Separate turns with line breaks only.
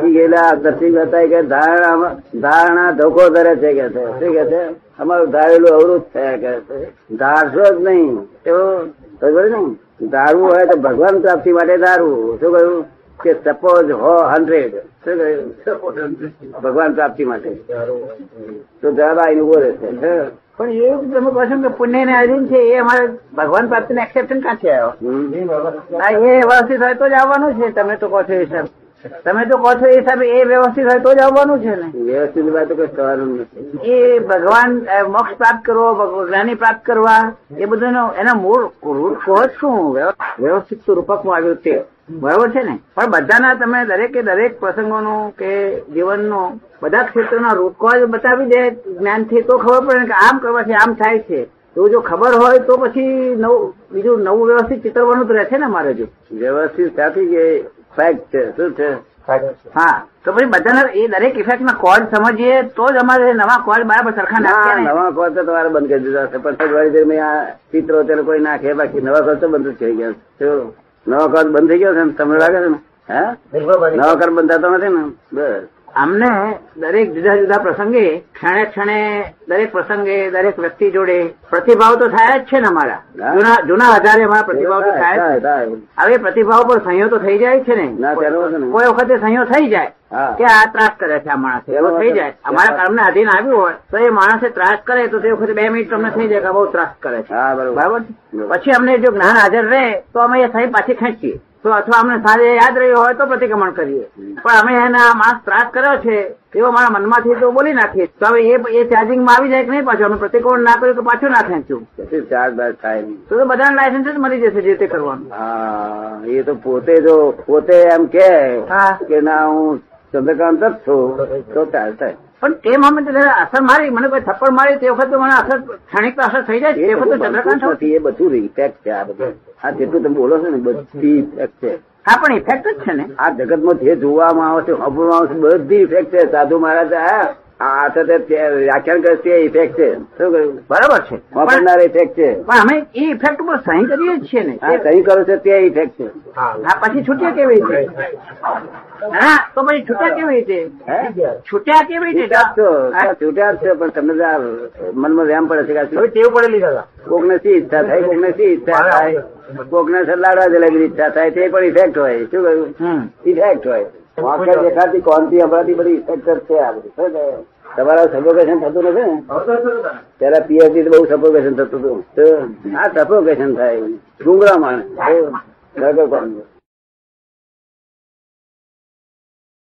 સમજેલા દર્શિક હતા કે ધારણા ધારણા ધોકો ધરે છે કે છે શું કે છે અમારું ધારેલું અવરું જ થયા કરે છે ધારશો જ નહીં એવો ખબર ને ધારવું હોય તો ભગવાન પ્રાપ્તિ માટે ધારવું શું કહ્યું કે સપોઝ હો હંડ્રેડ શું કહ્યું ભગવાન પ્રાપ્તિ માટે તો જવાબ આવીને ઉભો રહેશે હે?
પણ એ તમે કહો છો કે પુણ્ય ને અર્જુન છે એ અમારે ભગવાન પ્રાપ્તિ ને એક્સેપ્શન ક્યાંથી આવ્યો
હમ.
આ એ વ્યવસ્થિત હોય તો જ આવવાનું છે તમે તો કહો છો એ હિસાબ તમે તો કહો છો એ હિસાબે એ વ્યવસ્થિત હોય તો જ આવવાનું છે ને
વ્યવસ્થિત વાત કઈ થવાનું નથી
એ ભગવાન અ, મોક્ષ પ્રાપ્ત કરવો ભગવ- જ્ઞાની પ્રાપ્ત કરવા એ બધાનો એના મૂળ મૂળ કોજ શું વ્યવ- વ્યવસ્થિત સ્વરૂપકમાં આવ્યું તે બરાબર છે ને પણ બધાના તમે દરેકે દરેક પ્રસંગોનો કે જીવનનો બધા ક્ષેત્રોના રૂપકોજ બતાવી દે જ્ઞાનથી તો ખબર પડે ને કે આમ કરવાથી આમ થાય છે તો જો ખબર હોય તો પછી નવું બીજું નવું વ્યવસ્થિત ચિતરવાનું જ રહેશે ને મારે જો
વ્યવસ્થિત સાથી કે ફેક્ટ છે શું છે
હા તો પછી બધાના એ દરેક ઇફેક્ટના કોજ સમજીએ તો જ અમારે નવા કોજ બરાબર સરખા
ના
નાખીએ ને.
નવા કોચ તો તમારે બંધ કરી દીધા છે પણ વાળી દરમિયાન આ ચિત્રો તેને કોઈ નાખે બાકી નવા કોચ તો બંધ જ થઈ ગયા છે જો, નવા કોચ બંધ થઈ ગયો છે ને તમને લાગે છે ને હે નવા કોચ બંધ થતો નથી ને બસ
અમને દરેક જુદા જુદા પ્રસંગે ક્ષણે ક્ષણે દરેક પ્રસંગે દરેક વ્યક્તિ જોડે પ્રતિભાવ તો થયા જ છે ને અમારા
હા.
જૂના જૂના આધારે અમારા પ્રતિભાવ તો
થાય,
થાય જ
થાય, થાય.
છે. હવે પ્રતિભાવ પર સંયો તો થઈ જાય છે ને
ના, તેનો વાંધો નહીં.
કોઈ વખતે સંયો થઈ જાય
હા.
કે આ ત્રાસ કરે છે આ માણસ
તેનો
એવો થઈ
વાંધો
જાય
નહીં.
અમારા કર્મને આધીન આવ્યું હોય તો એ માણસે ત્રાસ કરે તો તે વખતે બે મિનિટ તમને થઈ જાય કે આ બહુ ત્રાસ કરે છે
હા બરોબર
બરાબર
બરોબર.
પછી અમને જો જ્ઞાન હાજર રહે તો અમે એ સહી પાછી ખેંચીએ તો અથવા અમને સાંજે યાદ રહ્યો હોય તો પ્રતિક્રમણ કરીએ પણ અમે એના માણસ ત્રાસ કર્યો છે એવો મારા મનમાંથી તો બોલી નાખીએ તો હવે એ એ ચાર્જિંગમાં આવી જાય કે નહીં પાછું અમે પ્રતિક્રમણ ના કર્યું તો પાછું ના ખેંચ્યું
પછી ચાર બાર થાય નહીં.
તો તો બધાને લાયસન્સ જ મળી જશે જે તે કરવાનું
હા એ તો પોતે જો પોતે એમ કે
હા.
કે ના હું ચંદ્રકાંત જ છું તો ચાલશે
પણ તે મામલે જયારે અસર મારી મને કોઈ થપ્પડ મારી તે વખત તો મને અસર ક્ષણિક તો અસર થઈ જાય છે.
એ
તે વખત તો
બધું
ચંદ્રકાંત
બનતું જ નથી, એ બધું ઇફેક્ટ છે આ બધું આ જેટલું તમે બોલો છો ને બધી ઇફેક્ટ છે
હા પણ ઇફેક્ટ જ છે ને
આ જગતમાં જે જોવામાં આવે છે સાંભળવામાં આવે છે બધી ઇફેક્ટ છે સાધુ મહારાજ આ આ સાથે તે વ્યાખ્યાન કરે છે ઇફેક્ટ છે શું કહ્યું
બરાબર છે પણ
વાપરનાર ઇફેક્ટ છે
પણ અમે એ ઇફેક્ટ ઉપર સહી કરીએ જ છીએ ને
આ કઈ કરો છો તે ઇફેક્ટ છે
હા પછી છૂટ્યા કેવી રીતે હા તો પછી છૂટ્યા કેવી રીતે
હે
છૂટ્યા કેવી રીતે
છૂટ્યા જ છો હા, છૂટ્યા જ છો પણ તમને તો આ મનમાં વ્યામ પડે છે કે આ શું?
ટેવ પડેલી દાદા
કોકને શી ઈચ્છા થાય કોકને શી ઈચ્છા થાય કોકને સલાડવા જલેબી ઈચ્છા થાય તે પણ ઇફેક્ટ હોય શું કહ્યું
હમ.
ઇફેક્ટ હોય વાંકે દેખાતી કોનથી હમણાંથી બધી ઇફેક્ટ છે આ બધી શું કહે? તમારા સફોકેશન થતું નથી ને પેલા પીએચડી તો બહુ સફોકેશન થતું હતું તો આ સફોકેશન થાય ડુંગળા માણસ